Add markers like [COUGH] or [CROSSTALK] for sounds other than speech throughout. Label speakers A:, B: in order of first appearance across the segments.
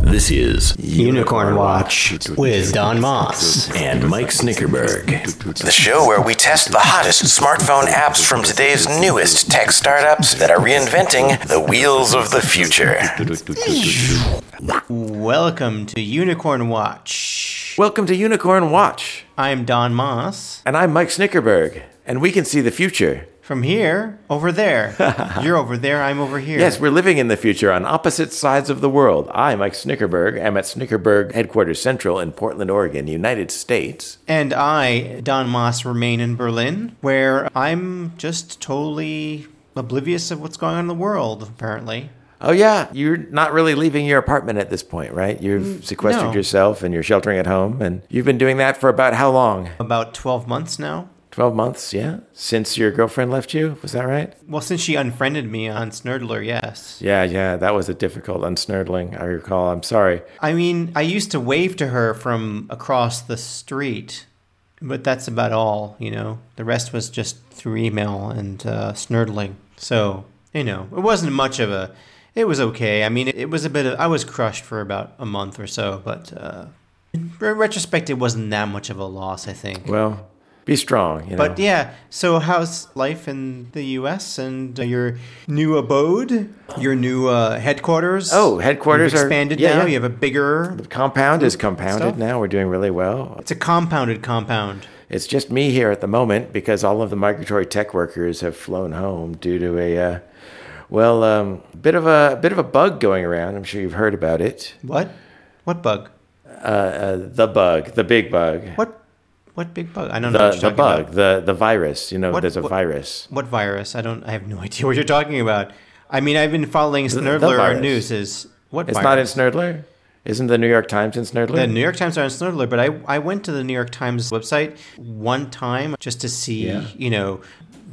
A: This is
B: Unicorn Watch with Don Moss.
A: and Mike Snickerberg.
C: The show where we test the hottest smartphone apps from today's newest tech startups that are reinventing the wheels of the future.
B: Welcome to Unicorn Watch.
D: Welcome to Unicorn Watch.
B: I'm Don Moss.
D: And I'm Mike Snickerberg, and we can see the future.
B: From here, over [LAUGHS] there. You're over there, I'm over here.
D: Yes, we're living in the future on opposite sides of the world. I, Mike Snickerberg, am at Snickerberg Headquarters Central in Portland, Oregon, United States.
B: And I, Don Moss, remain in Berlin, where I'm just totally oblivious of what's going on in the world, apparently.
D: Oh, yeah, you're not really leaving your apartment at this point, right? You've sequestered
B: Mm, no.
D: yourself and you're sheltering at home, and you've been doing that for about how long?
B: About 12 months now.
D: 12 months, yeah? Since your girlfriend left you? Was that right?
B: Well, since she unfriended me on Snurdler, yes.
D: Yeah, yeah, that was a difficult unsnurdling, I recall. I'm sorry.
B: I mean, I used to wave to her from across the street, but that's about all, you know. The rest was just through email and uh, snurdling. So, you know, it wasn't much of a. It was okay. I mean, it, it was a bit of. I was crushed for about a month or so, but uh, in re- retrospect, it wasn't that much of a loss, I think.
D: Well, be strong, you know.
B: but yeah, so how's life in the U.S. and uh, your new abode, your new uh, headquarters?
D: Oh, headquarters
B: You've
D: are-
B: expanded
D: yeah,
B: now.
D: yeah.
B: You have a bigger
D: compound is compounded
B: Hmm, Stuff?
D: now. We're doing really well.
B: It's a compounded compound.
D: It's just me here at the moment because all of the migratory tech workers have flown home due to a uh, well, um, bit of a bit of a bug going around. I'm sure you've heard about it.
B: What? What bug?
D: Uh, the bug, the big bug,
B: What? What big bug? I don't know.
D: the,
B: What you're
D: the
B: talking
D: bug,
B: About.
D: the the virus. You know,
B: What-
D: there's a
B: what-
D: virus.
B: What virus? I don't. I have no [LAUGHS] idea what you're talking about. I mean, I've been following Snurdler
D: virus.
B: news. Is what?
D: It's
B: virus?
D: not in Snurdler. Isn't the New York Times in Snurdler?
B: The New York Times are on Snurdler, but I, I went to the New York Times website one time just to see,
D: Yeah.
B: you know,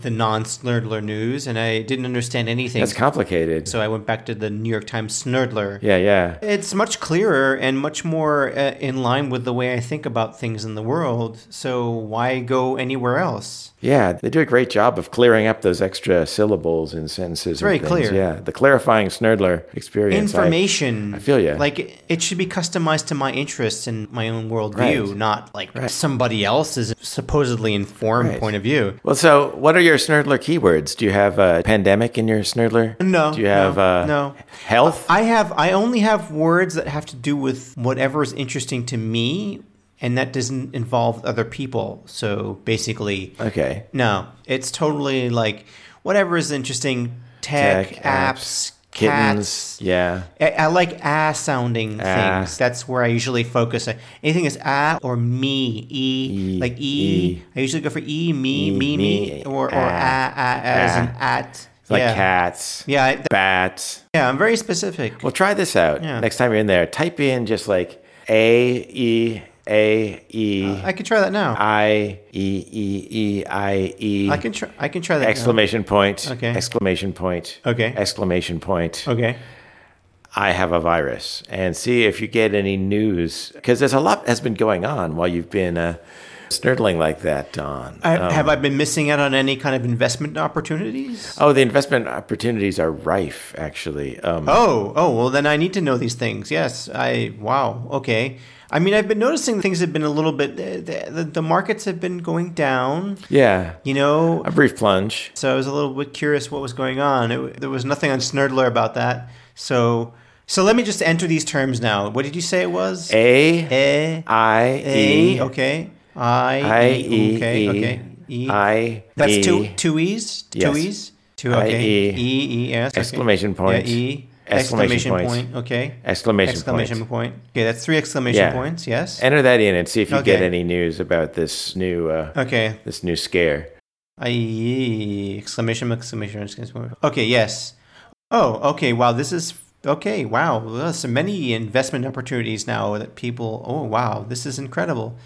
B: the non-Snurdler news, and I didn't understand anything.
D: That's complicated.
B: so I went back to the New York Times Snurdler.
D: yeah, yeah.
B: It's much clearer and much more uh, in line with the way I think about things in the world. So why go anywhere else?
D: Yeah, they do a great job of clearing up those extra syllables and sentences.
B: very
D: and things.
B: clear.
D: Yeah, the clarifying Snurdler experience. I-
B: Information.
D: I feel ya.
B: Like it- it should be customized to my interests and my own worldview,
D: Right.
B: not like somebody else's supposedly informed
D: Right.
B: point of view.
D: Well, so what are your Snurdler keywords? Do you have uh, pandemic in your Snurdler?
B: No,
D: Do you have
B: no,
D: uh,
B: no.
D: health?
B: I have. I only have words that have to do with whatever is interesting to me, and that doesn't involve other people. So basically,
D: okay.
B: No, it's totally like whatever is interesting tech, apps,
D: kittens.
B: cats.
D: Yeah.
B: I, I like ah sounding
D: Ah.
B: things. That's where I usually focus. Uh, Anything is ah or me, e,
D: E,
B: like e. I
D: e.
B: usually go for e, me,
D: E,
B: me, me,
D: me,
B: or, or ah,
D: ah,
B: ah, ah, as an
D: ah.
B: at.
D: It's Like
B: yeah.
D: cats,
B: Yeah, I- th-
D: bats.
B: yeah, I'm very specific.
D: Well, try this out.
B: Yeah.
D: Next time you're in there, type in just like A E A E
B: Uh, I could try that now.
D: I E E E I E.
B: I can try. I can try that. now.
D: Exclamation point.
B: Okay.
D: Exclamation point.
B: Okay.
D: Exclamation point.
B: Okay.
D: I have a virus and see if you get any news because there's a lot has been going on while you've been uh, snurdling like that, Don.
B: I,
D: Um,
B: have I been missing out on any kind of investment opportunities?
D: oh, the investment opportunities are rife, actually. Um,
B: Oh, oh, well, then I need to know these things. Yes, I, wow, okay. I mean, I've been noticing things have been a little bit, the, the, the markets have been going down,
D: Yeah,
B: you know?
D: a brief plunge.
B: So I was a little bit curious what was going on. It, there was nothing on Snurdler about that. So, so let me just enter these terms now. What did you say it was?
D: A
B: A.
D: I
B: A.
D: E
B: Okay. I.
D: I
B: E.
D: E
B: Okay.
D: E
B: Okay. E.
D: I
B: That's
D: E
B: two, two E's? Two
D: Yes.
B: E's? Two,
D: I
B: okay.
D: E.
B: E, E, S. okay.
D: Exclamation point.
B: Yeah, E.
D: Exclamation
B: Exclamation point.
D: point.
B: Okay.
D: exclamation,
B: Exclamation
D: point.
B: point. Okay, that's three exclamation
D: Yeah.
B: points, yes.
D: Enter that in and see if you get
B: Okay.
D: any news about this new uh,
B: okay.
D: this new scare.
B: I exclamation exclamation exclamation. point. Okay, yes. Oh, okay. Wow, this is okay. Wow, well, so many investment opportunities now that people. Oh, wow, this is incredible.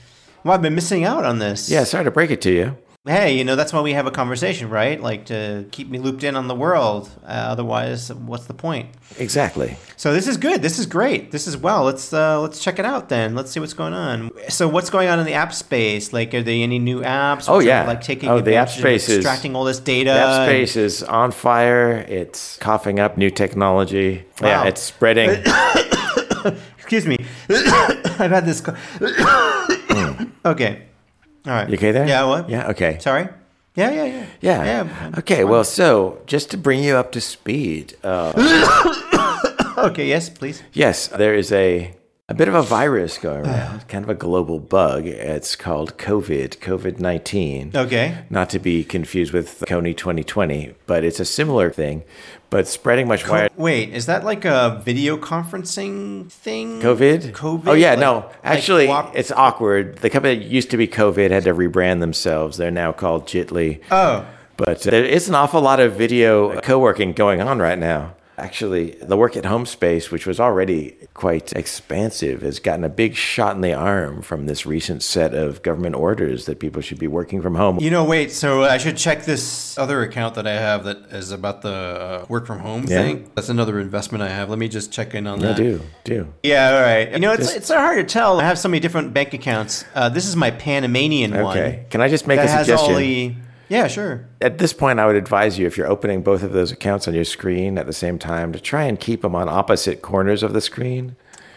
B: Well, I've been missing out on this.
D: Yeah, sorry to break it to you.
B: hey, you know, that's why we have a conversation, right? Like to keep me looped in on the world. Uh, otherwise, what's the point?
D: Exactly.
B: So this is good. This is great. This is well. Let's uh, let's check it out then. Let's see what's going on. So what's going on in the app space? Like, are there any new apps?
D: Oh,
B: which are,
D: yeah.
B: like taking
D: Oh, the app
B: advantage of
D: space is-
B: extracting all this data.
D: That
B: and-
D: space is on fire. It's coughing up new technology.
B: Wow.
D: Yeah, it's
B: [COUGHS]
D: spreading.
B: Excuse me. [COUGHS] I've had this. co- [COUGHS] okay. All right.
D: You okay there?
B: Yeah. What?
D: Yeah, okay.
B: Sorry. Yeah. Yeah. Yeah.
D: Yeah.
B: Yeah.
D: Okay, well, so just to bring you up to speed, uh,
B: Okay. Yes. Please.
D: yes, there is a a bit of a virus going
B: Uh-huh.
D: around, kind of a global bug. It's called COVID, COVID nineteen.
B: Okay.
D: Not to be confused with Coney 2020, but it's a similar thing, but spreading much wider.
B: Wait. Is that like a video conferencing thing?
D: COVID?
B: COVID.
D: Oh, yeah,
B: Like-
D: no.
B: like
D: Actually,
B: walk-
D: it's awkward. The company that used to be COVID had to rebrand themselves. They're now called Jitly.
B: oh.
D: But uh, there is an awful lot of video co working going on right now. Actually, the work at home space, which was already quite expansive, has gotten a big shot in the arm from this recent set of government orders that people should be working from home.
B: You know, wait. So I should check this other account that I have that is about the uh, work from home
D: Yeah.
B: thing. That's another investment I have. Let me just check in on
D: I
B: that.
D: do, do.
B: Yeah, all right. You know, it's it's hard to tell. I have so many different bank accounts. Uh, this is my Panamanian one.
D: Okay. Can I just make
B: that
D: a
B: has
D: suggestion?
B: all the. Yeah, sure.
D: At this point, I would advise you if you're opening both of those accounts on your screen at the same time to try and keep them on opposite corners of the screen.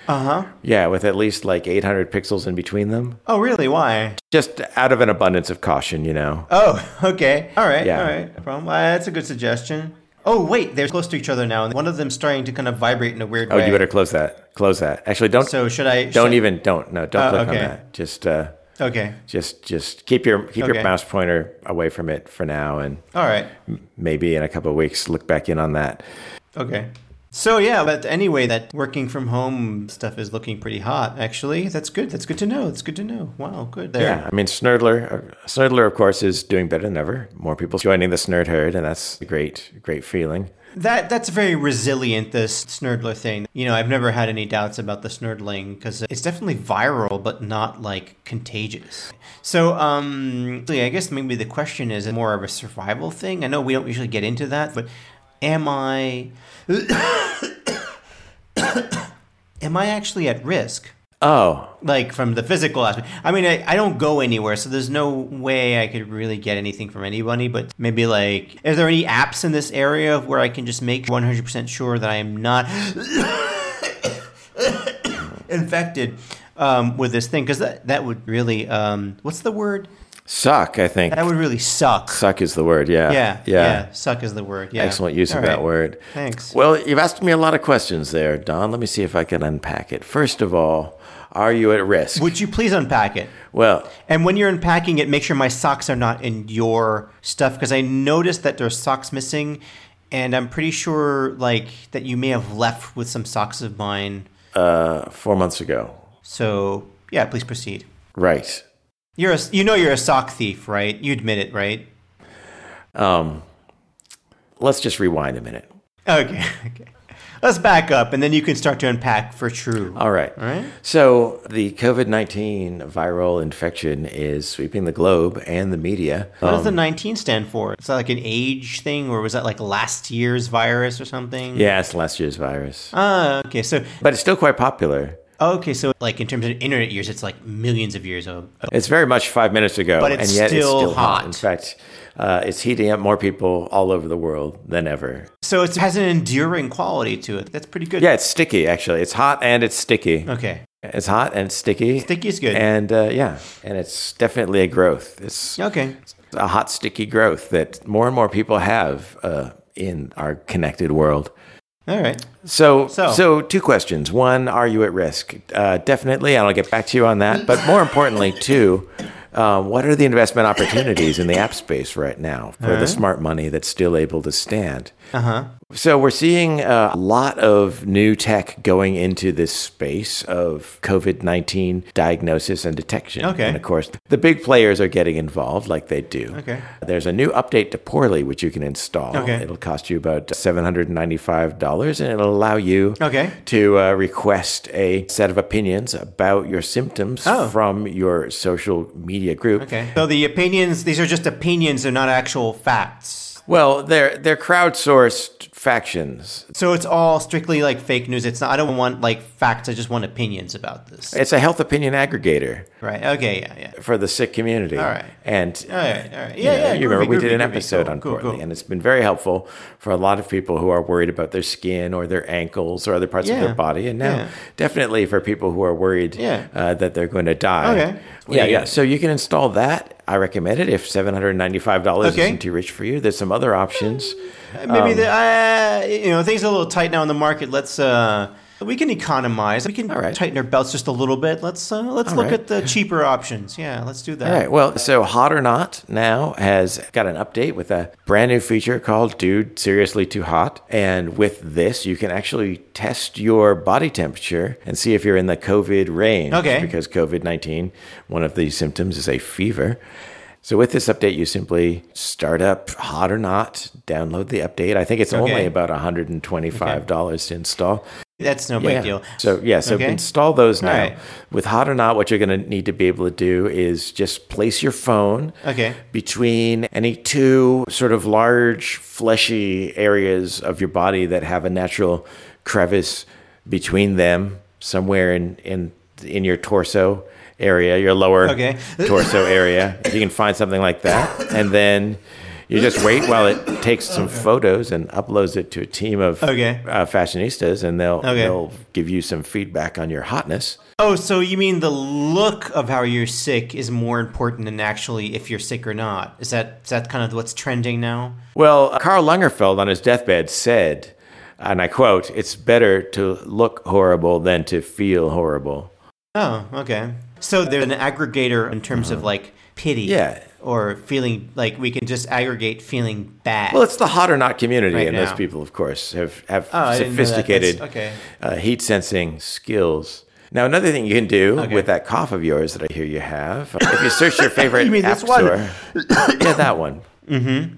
B: Uh-huh.
D: Uh huh. Yeah, with at least like 800 pixels in between them.
B: Oh, really? Why?
D: Just out of an abundance of caution, you know.
B: Oh, [LAUGHS] okay. All right.
D: Yeah.
B: All right. No problem. Uh, that's a good suggestion. Oh, wait. They're close to each other now, and one of them's starting to kind of vibrate in a weird
D: Oh,
B: way.
D: you better close that. Close that. Actually, don't.
B: So should I?
D: don't
B: should-
D: even. Don't. No. Don't
B: Uh,
D: click
B: okay.
D: on that. Just. Uh,
B: Okay.
D: just. Just keep your keep
B: Okay.
D: your mouse pointer away from it for now, and
B: All right.
D: maybe in a couple of weeks look back in on that.
B: Okay. So yeah, but anyway, that working from home stuff is looking pretty hot. Actually, that's good. That's good to know. That's good to know. Wow, good there.
D: Yeah, I mean, Snurdler, uh, Snurdler, of course, is doing better than ever. More people joining the Snurd herd, and that's a great, great feeling.
B: That that's very resilient. This snurdler thing. You know, I've never had any doubts about the snurdling because it's definitely viral, but not like contagious. So, um, I guess maybe the question is more of a survival thing. I know we don't usually get into that, but am I? [COUGHS] am I actually at risk?
D: Oh,
B: like from the physical aspect. I mean, I, I don't go anywhere, so there's no way I could really get anything from anybody. But maybe like, is there any apps in this area where I can just make 100% sure that I am not [COUGHS] infected um, with this thing? Because that that would really, um, what's the word?
D: suck, I think.
B: That would really suck.
D: Suck is the word, yeah.
B: Yeah,
D: Yeah.
B: Suck is the word. Yeah.
D: Excellent use
B: All
D: of that
B: right.
D: word.
B: Thanks.
D: Well, you've asked me a lot of questions there, Don. Let me see if I can unpack it. First of all, are you at risk?
B: Would you please unpack it?
D: well,
B: And when you're unpacking it, make sure my socks are not in your stuff because I noticed that there's socks missing, and I'm pretty sure like that you may have left with some socks of mine.
D: uh, four months ago.
B: So yeah, please proceed.
D: Right.
B: You're a, you know you're a sock thief, right? You admit it, right?
D: Um, let's just rewind a minute.
B: Okay, [LAUGHS] okay. Let's back up, and then you can start to unpack for true.
D: All right.
B: All right.
D: So the COVID 19 viral infection is sweeping the globe and the media. Um,
B: What does the 19 stand for? Is that like an age thing, or was that like last year's virus or something?
D: Yeah, it's last year's virus.
B: Ah, okay. So
D: But it's still quite popular.
B: okay, so like in terms of internet years, it's like millions of years of
D: It's very much five minutes ago,
B: But it's
D: and yet it's
B: still
D: still hot.
B: hot.
D: In fact, uh, it's heating up more people all over the world than ever.
B: So it has an enduring quality to it. That's pretty good.
D: Yeah, it's sticky, actually. It's hot and it's sticky.
B: Okay.
D: It's hot and it's sticky.
B: Sticky is good.
D: And uh, yeah, and it's definitely a growth. It's
B: Okay.
D: a hot, sticky growth that more and more people have uh, in our connected world.
B: All right.
D: So,
B: So-
D: so, two questions. One, are you at risk? Uh, definitely, and I'll get back to you on that. But more importantly, two, um, what
B: Uh-huh.
D: are the investment opportunities in the app space right now for the smart money that's still able to stand? So we're seeing a lot of new tech going into this space of COVID 19 diagnosis and detection.
B: Okay.
D: And of course, the big players are getting involved like they do.
B: Okay.
D: There's a new update to Poorly, which you can install.
B: Okay.
D: It'll cost you about $795 and it'll allow you
B: Okay.
D: to uh, request a set of opinions about your symptoms
B: Oh.
D: from your social media group.
B: Okay. So the opinions, these are just opinions, they're not actual facts.
D: Well, they're, they're crowdsourced factions.
B: So it's all strictly like fake news. It's not, I don't want like facts. I just want opinions about this.
D: It's a health opinion aggregator.
B: Right. Okay. Yeah. Yeah.
D: for the sick community. All
B: right.
D: And
B: All right. All right. Yeah.
D: you, know,
B: yeah.
D: you remember
B: groovy,
D: we did
B: groovy,
D: an
B: groovy.
D: episode
B: Cool,
D: on
B: cool,
D: Portly,
B: cool.
D: and it's been very helpful for a lot of people who are worried about their skin or their ankles or other parts of
B: Yeah.
D: their body. And now,
B: Yeah.
D: definitely for people who are worried
B: Yeah.
D: uh, that they're going to die.
B: Okay.
D: Yeah,
B: Sweet.
D: yeah. So you can install that. I recommend it if $795
B: Okay.
D: isn't too rich for you. There's some other options. um,
B: Maybe the, uh, you know things are a little tight now in the market. Let's uh, we can economize. We can
D: right.
B: tighten our belts just a little bit. Let's uh, let's
D: All
B: look
D: right.
B: at the cheaper options. Yeah, let's do that.
D: All right. Well, so Hot or Not now has got an update with a brand new feature called Dude Seriously Too Hot. And with this, you can actually test your body temperature and see if you're in the COVID range.
B: Okay.
D: Because COVID 19, one of the symptoms is a fever. So with this update, you simply start up Hot or Not, download the update. I think it's only about $125 to install.
B: That's no
D: Yeah.
B: big deal.
D: So yeah, so
B: Okay.
D: install those now.
B: right.
D: With Hot or Not, what you're going to need to be able to do is just place your phone
B: Okay.
D: between any two sort of large fleshy areas of your body that have a natural crevice between them, somewhere in in in your torso area, your lower
B: Okay. [LAUGHS]
D: torso area. If you can find something like that, and then. You just wait while it takes some photos and uploads it to a team of
B: Okay.
D: uh, fashionistas, and they'll
B: Okay.
D: they'll give you some feedback on your hotness.
B: Oh, so you mean the look of how you're sick is more important than actually if you're sick or not? Is that is that kind of what's trending now?
D: Well, Karl Langerfeld on his deathbed said, and I quote, "It's better to look horrible than to feel horrible."
B: Oh, okay. So there's an aggregator in terms of like pity,
D: Uh-huh. Yeah.
B: or feeling like we can just aggregate feeling bad.
D: Well, it's the hot or not community,
B: Right
D: and those
B: now. Oh,
D: people, of course, have have
B: I didn't know that.
D: sophisticated
B: That's- okay.
D: uh, heat sensing skills. Now, another thing you can do with that cough of yours that I hear you have, uh, if you search
B: [LAUGHS]
D: your favorite
B: You mean
D: app
B: this one?
D: store, [COUGHS] yeah, that one. Mm-hmm.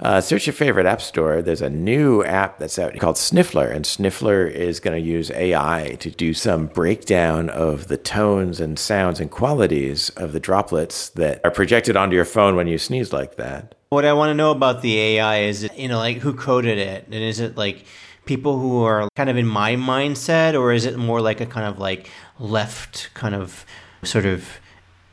D: Uh, search your favorite app store. There's a new app that's out called Sniffler, and Sniffler is going to use AI to do some breakdown of the tones and sounds and qualities of the droplets that are projected onto your phone when you sneeze like that.
B: What I want to know about the AI is, you know, like who coded it, and is it like people who are kind of in my mindset, or is it more like a kind of like left kind of sort of,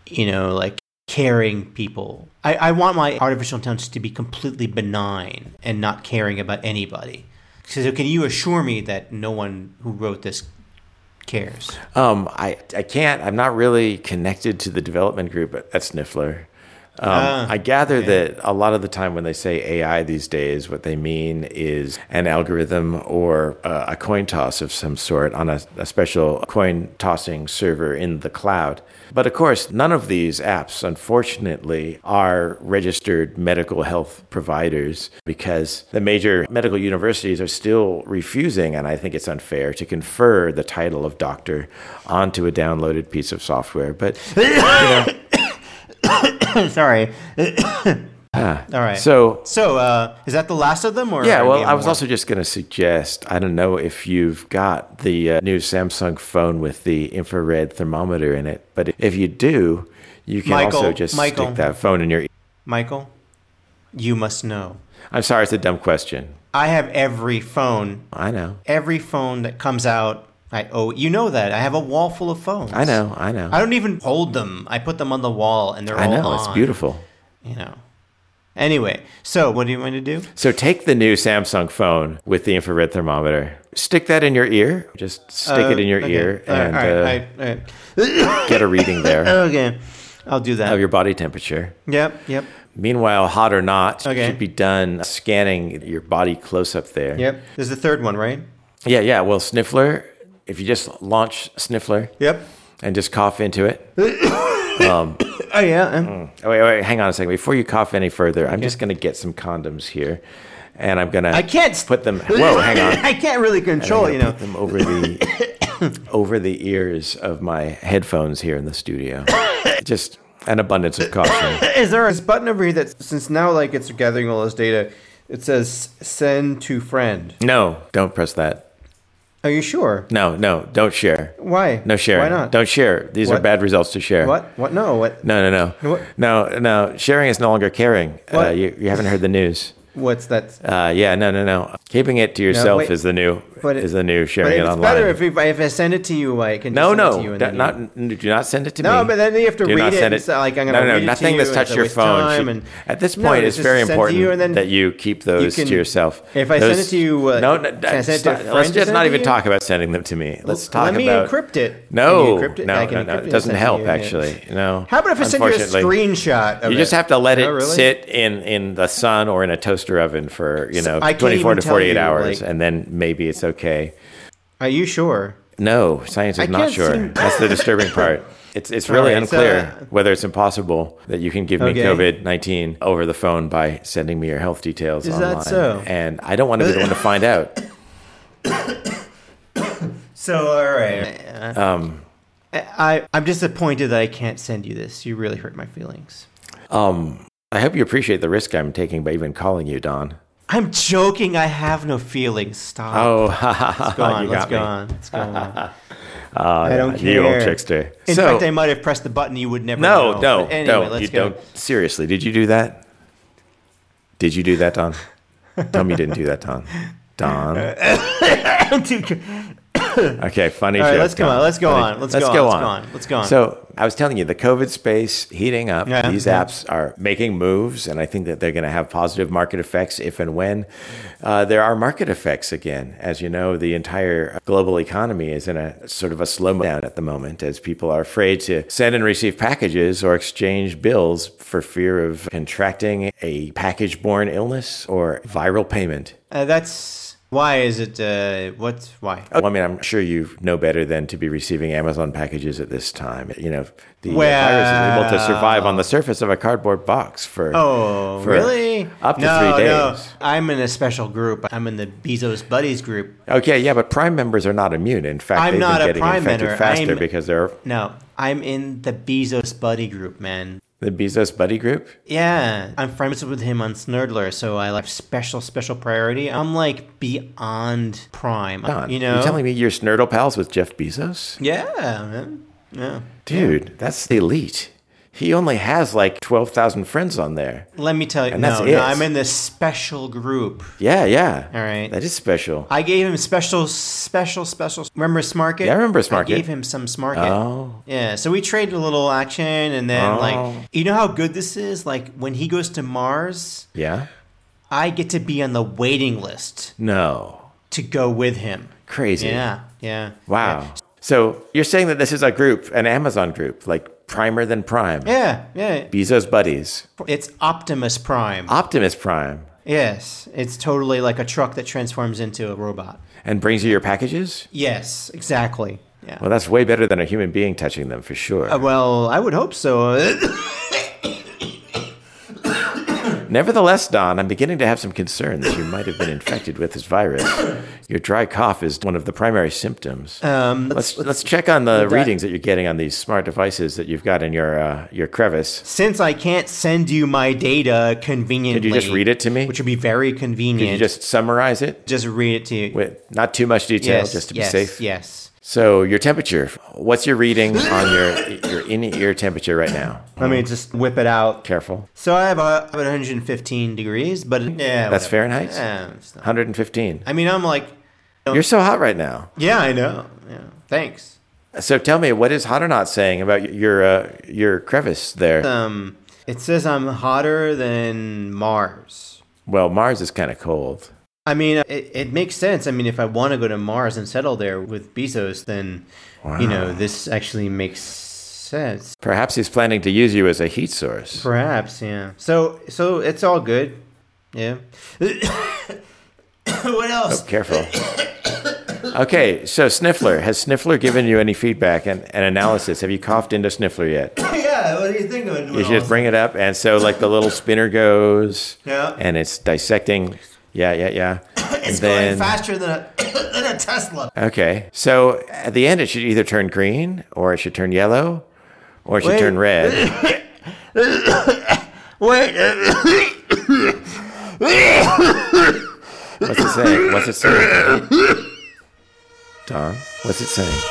B: you know, like caring people? I, I want my artificial intelligence to be completely benign and not caring about anybody. So can you assure me that no one who wrote this cares? [COUGHS]
D: Um, I, I can't. I'm not really connected to the development group at, at Sniffler. Um, I gather that a lot of the time when they say AI these days, what they mean is an algorithm or uh, a coin toss of some sort on a, a special coin tossing server in the cloud. But of course, none of these apps, unfortunately, are registered medical health providers because the major medical universities are still refusing, and I think it's unfair, to confer the title of doctor onto a downloaded piece of software. But
B: [COUGHS] Sorry. [COUGHS] All right.
D: so
B: so uh, is that the last of them? Or
D: Yeah,
B: are
D: well,
B: there
D: I was
B: more?
D: also just going to suggest I don't know if you've got the uh, new Samsung phone with the infrared thermometer in it, but if you do, you can
B: Michael,
D: also just
B: Michael.
D: stick that phone in your. e-
B: Michael, you must know.
D: I'm sorry, it's a dumb question.
B: I have every phone,
D: I know,
B: every phone that comes out. I oh, you know that I have a wall full of phones.
D: I know, I know,
B: I don't even hold them. I put them on the wall, and they're
D: I
B: all
D: know.
B: on.
D: It's beautiful.
B: You know. Anyway, so what do you want to do?
D: So take the new Samsung phone with the infrared thermometer, stick that in your ear, just stick it in your
B: Uh, Okay.
D: ear,
B: All right,
D: and
B: all
D: uh,
B: right, all right, all
D: [COUGHS]
B: right.
D: get a reading
B: [LAUGHS]
D: there
B: okay, I'll do that.
D: of your body temperature.
B: yep, yep,
D: Meanwhile, hot or not, you
B: Okay.
D: should be done scanning your body close up there.
B: yep. There's the third one, right?
D: Yeah, yeah. Well, Sniffler, if you just launch Sniffler
B: Yep.
D: and just cough into it.
B: Oh yeah. um,
D: Mm. Oh, wait, wait, hang on a second. Before you cough any further, I'm just going to get some condoms here and I'm gonna
B: I can't
D: put them. [LAUGHS] Whoa, hang
B: [LAUGHS]
D: on.
B: I can't really
D: I'm
B: control,
D: gonna
B: you know.
D: put them over the [COUGHS] over the ears of my headphones here in the studio. [COUGHS] Just an abundance of caution.
B: Is there a button over here that since now like it's gathering all this data, it says send to friend.
D: No, don't press that.
B: Are you sure?
D: No, no, don't share.
B: Why?
D: No sharing.
B: Why not?
D: Don't share. These are
B: What?
D: bad results to share.
B: What? What? No. What?
D: No, no, no.
B: What?
D: No, no. Sharing is no longer caring. Uh,
B: What?
D: you, you haven't heard the news.
B: What's that?
D: Uh, yeah, no, no, no. Keeping it to yourself
B: wait.
D: is the new
B: But it-
D: is the new sharing
B: but
D: it
B: it's
D: online.
B: better if, if, if I send it to you, I can. Just
D: no,
B: send It to you
D: no,
B: and
D: that-
B: then you-
D: not n- do not send it to
B: No,
D: me.
B: but then you have to
D: do
B: read
D: not
B: it.
D: send
B: and so, like I'm gonna
D: no, no,
B: read it
D: nothing
B: to you,
D: that's
B: and
D: touched
B: it's a
D: your
B: waste of
D: phone.
B: time,
D: should-
B: and-
D: at this
B: No,
D: point,
B: it's
D: it's
B: just
D: very
B: sent to
D: important
B: you, and then
D: that you keep those
B: can-
D: to yourself.
B: If I send
D: Those-
B: it to you, uh,
D: no, no,
B: can I send it to a
D: stop-
B: friend
D: let's
B: to
D: just
B: send
D: not
B: to
D: even
B: you?
D: talk about sending them to me. Let's talk
B: Let me
D: about
B: encrypt it.
D: No,
B: Can you encrypt it?
D: no,
B: I can
D: no, no,
B: encrypt
D: it
B: and
D: doesn't
B: send to
D: help
B: you, yeah.
D: actually. No.
B: How about if I send you a
D: unfortunately.
B: screenshot? Of
D: You just
B: it?
D: have to let it
B: Oh, really?
D: sit in, in the sun or in a toaster oven for you know
B: I can't
D: 24
B: even
D: to
B: tell
D: 48
B: you,
D: hours,
B: like-
D: and then maybe it's okay.
B: Are you sure?
D: No, science is not
B: can't
D: sure.
B: seem-
D: [LAUGHS] That's the
B: [LAUGHS]
D: disturbing part. It's it's really
B: right, so-
D: unclear whether it's impossible that you can give me
B: Okay.
D: COVID nineteen over the phone by sending me your health details
B: Is that
D: online.
B: so?
D: And I don't want to be the
B: [LAUGHS]
D: one to find out.
B: So all right.
D: Um,
B: I, I I'm disappointed that I can't send you this. You really hurt my feelings.
D: um, I hope you appreciate the risk I'm taking by even calling you, Don.
B: I'm joking. I have no feelings. Stop.
D: Oh, [LAUGHS] ha, ha, ha,
B: Go on,
D: you
B: let's
D: got
B: go
D: me.
B: on. Let's go
D: [LAUGHS]
B: on.
D: Uh,
B: I don't care.
D: You old trickster.
B: In
D: So-
B: fact, I might have pressed the button. You would never.
D: No,
B: know.
D: no,
B: But anyway,
D: no.
B: Let's
D: You
B: [LAUGHS] go.
D: don't. Seriously, did you do that? Did you do that, Don? Tell me you didn't do that, Don. Don.
B: [LAUGHS]
D: Okay, funny
B: All right,
D: joke.
B: let's go
D: Don.
B: on, let's go
D: Funny-
B: on, let's go on, let's go on, let's go on.
D: So I was telling you, the COVID space heating up.
B: Yeah,
D: these
B: yeah.
D: apps are making moves, and I think that they're going to have positive market effects if and when uh, there are market effects again. As you know, the entire uh, global economy is in a sort of a slow down at the moment as people are afraid to send and receive packages or exchange bills for fear of contracting a package borne illness or viral payment.
B: Uh, that's why is it? Uh, what's why?
D: Well, I mean, I'm sure you know better than to be receiving Amazon packages at this time. You know, the virus is able to survive on the surface of a cardboard box for
B: Oh,
D: for
B: really?
D: up to
B: no,
D: three
B: no.
D: days.
B: I'm in a special group. I'm in the Bezos Buddies group.
D: Okay, yeah, but Prime members are not immune. In fact,
B: I'm
D: they've
B: not a
D: been getting
B: Prime
D: infected
B: member.
D: faster
B: I'm-
D: because they're
B: No, I'm in the Bezos Buddy group, man.
D: the Bezos buddy group.
B: Yeah, I'm friends with him on Snurdler, so I like special, special priority. I'm like beyond prime,
D: Don,
B: you know.
D: you're telling me you're Snurdle pals with Jeff Bezos,
B: Yeah, man. Yeah.
D: dude? That's elite. He only has like twelve thousand friends on there.
B: Let me tell you.
D: And that's
B: no,
D: it.
B: no, I'm in this special group.
D: Yeah, yeah.
B: All right.
D: that is special.
B: I gave him special, special, special. Remember Smarket?
D: Yeah, I remember Smarket.
B: I gave him some Smarket.
D: Oh.
B: Yeah, so we traded a little action, and then,
D: Oh.
B: like, you know how good this is? Like, when he goes to Mars,
D: yeah.
B: I get to be on the waiting list
D: No.
B: to go with him.
D: Crazy.
B: Yeah, yeah.
D: Wow. So you're saying that this is a group, an Amazon group, like primer than prime.
B: Yeah, yeah.
D: Bezos buddies.
B: It's Optimus Prime.
D: Optimus Prime.
B: Yes, it's totally like a truck that transforms into a robot.
D: And brings you your packages?
B: Yes, exactly. Yeah.
D: Well, that's way better than a human being touching them for sure.
B: Well, I would
D: [COUGHS]
B: hope so.
D: Nevertheless, Don, I'm beginning to have some concern that you might have been infected with this virus. [COUGHS] Your dry cough is one of the primary symptoms. Um, let's, let's check on the readings that you're getting on these smart devices that you've got in your, uh, your crevice.
B: Since I can't send you my data conveniently,
D: Could you just read it to me?
B: Which would be very
D: Could you
B: convenient.
D: just summarize it
B: just read it to you.
D: with not too much detail,
B: yes,
D: just to
B: yes,
D: be safe?
B: Yes.
D: So your temperature. What's your reading on your your in ear temperature right now?
B: Let me just whip it out.
D: Careful.
B: Mm. So I have uh, about 115 degrees, but yeah,
D: That's
B: whatever.
D: Fahrenheit?
B: Yeah, it's not-
D: 115.
B: I mean, I'm like,
D: You're so hot right now.
B: yeah, I know. Yeah, thanks.
D: So tell me, what is hot or not saying about your uh, your crevice there?
B: Um, it says I'm hotter than Mars.
D: well, Mars is kind of cold.
B: I mean, it, it makes sense. I mean, if I want to go to Mars and settle there with Bezos, then you know this actually makes sense.
D: Perhaps he's planning to use you as a heat source.
B: Perhaps, yeah. So, so it's all good. Yeah. [COUGHS] what else?
D: Careful. Okay, so Sniffler, has Sniffler given you any feedback and, and analysis? Have you coughed into Sniffler yet?
B: [LAUGHS] Yeah. What do you think of it?
D: You should bring it up. And so, like, the little spinner goes,
B: Yeah.
D: and it's dissecting Yeah, yeah, yeah.
B: [COUGHS] It's
D: And then-
B: going faster than a, [COUGHS] than a Tesla.
D: Okay. So at the end, it should either turn green or it should turn yellow or it should
B: Wait.
D: turn
B: [LAUGHS]
D: red.
B: Wait,
D: What's it saying? What's it saying? Don, what's it saying?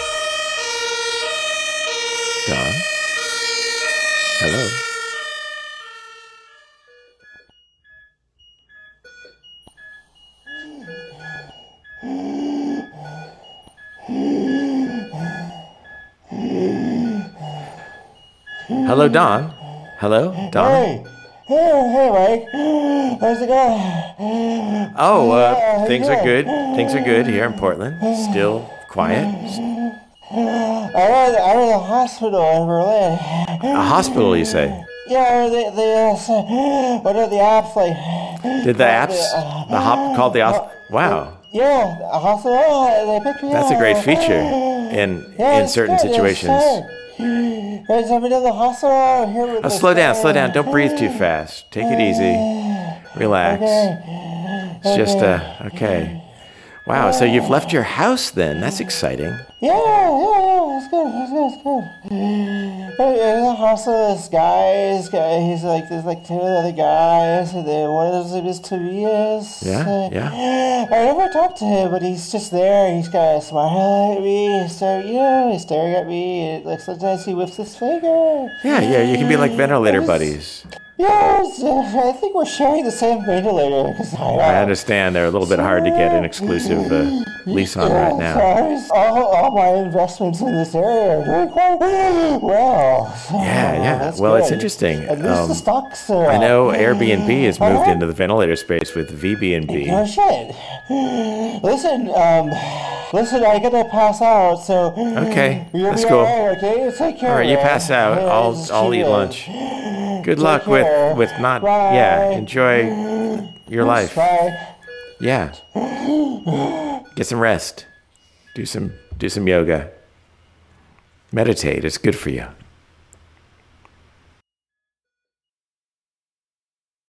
D: Don? Hello? Hello, Don. Hello, Don.
E: [GASPS]
D: Oh, uh, things are good. Things are good here in Portland. Still quiet.
E: I'm in, I'm in the hospital in Berlin.
D: A hospital, you say?
E: Yeah, the, the, uh, [GASPS] what are the apps like?
D: Did the apps, the hop called the op- Wow,
E: Yeah, the hospital, uh, they picked me
D: that's a
E: up.
D: great feature in
E: Yeah,
D: in
E: it's
D: certain
E: good, it's
D: situations.
E: good. There's somebody in the hospital out here with
D: Oh,
E: the
D: slow down,
E: fire.
D: slow down. Don't breathe too fast. Take it easy. Relax. It's just uh, okay. Wow, so you've left your house then? That's exciting.
E: Yeah, yeah, yeah, it's good, it's good, it's good. But in the hospital, this guy, this guy, he's like, there's like two other guys, and they, one of them is Tobias.
D: Yeah,
E: uh,
D: yeah.
E: I never talked to him, but he's just there. He's got a smile at me. So you know, he's staring at me. It looks sometimes he whips his finger.
D: Yeah, yeah, you can be like ventilator buddies.
E: Yeah, it's, uh, I think we're sharing the same ventilator. Cause I,
D: I understand they're a little bit hard to get an exclusive uh, lease on right
E: So
D: now.
E: I was, all, all my investments in this area are doing quite well. So
D: Yeah, yeah.
E: that's
D: Well, it's
E: good.
D: interesting.
E: At least
D: Um,
E: the stocks are.
D: I
E: up.
D: know Airbnb has moved into the ventilator space with
E: Oh
D: VBNB.
E: shit! Listen, um, listen, I gotta pass out. So
D: Okay,
E: You'll
D: that's
E: be
D: cool.
E: all right, okay, take care.
D: All right, you
E: man.
D: pass out.
E: Yeah,
D: I'll
E: just
D: I'll
E: keep
D: eat
E: it.
D: lunch. Good luck
E: care.
D: with with not yeah.
E: Bye.
D: Enjoy your life.
E: Bye.
D: Yeah. Get some rest. Do some do some yoga. Meditate. It's good for you.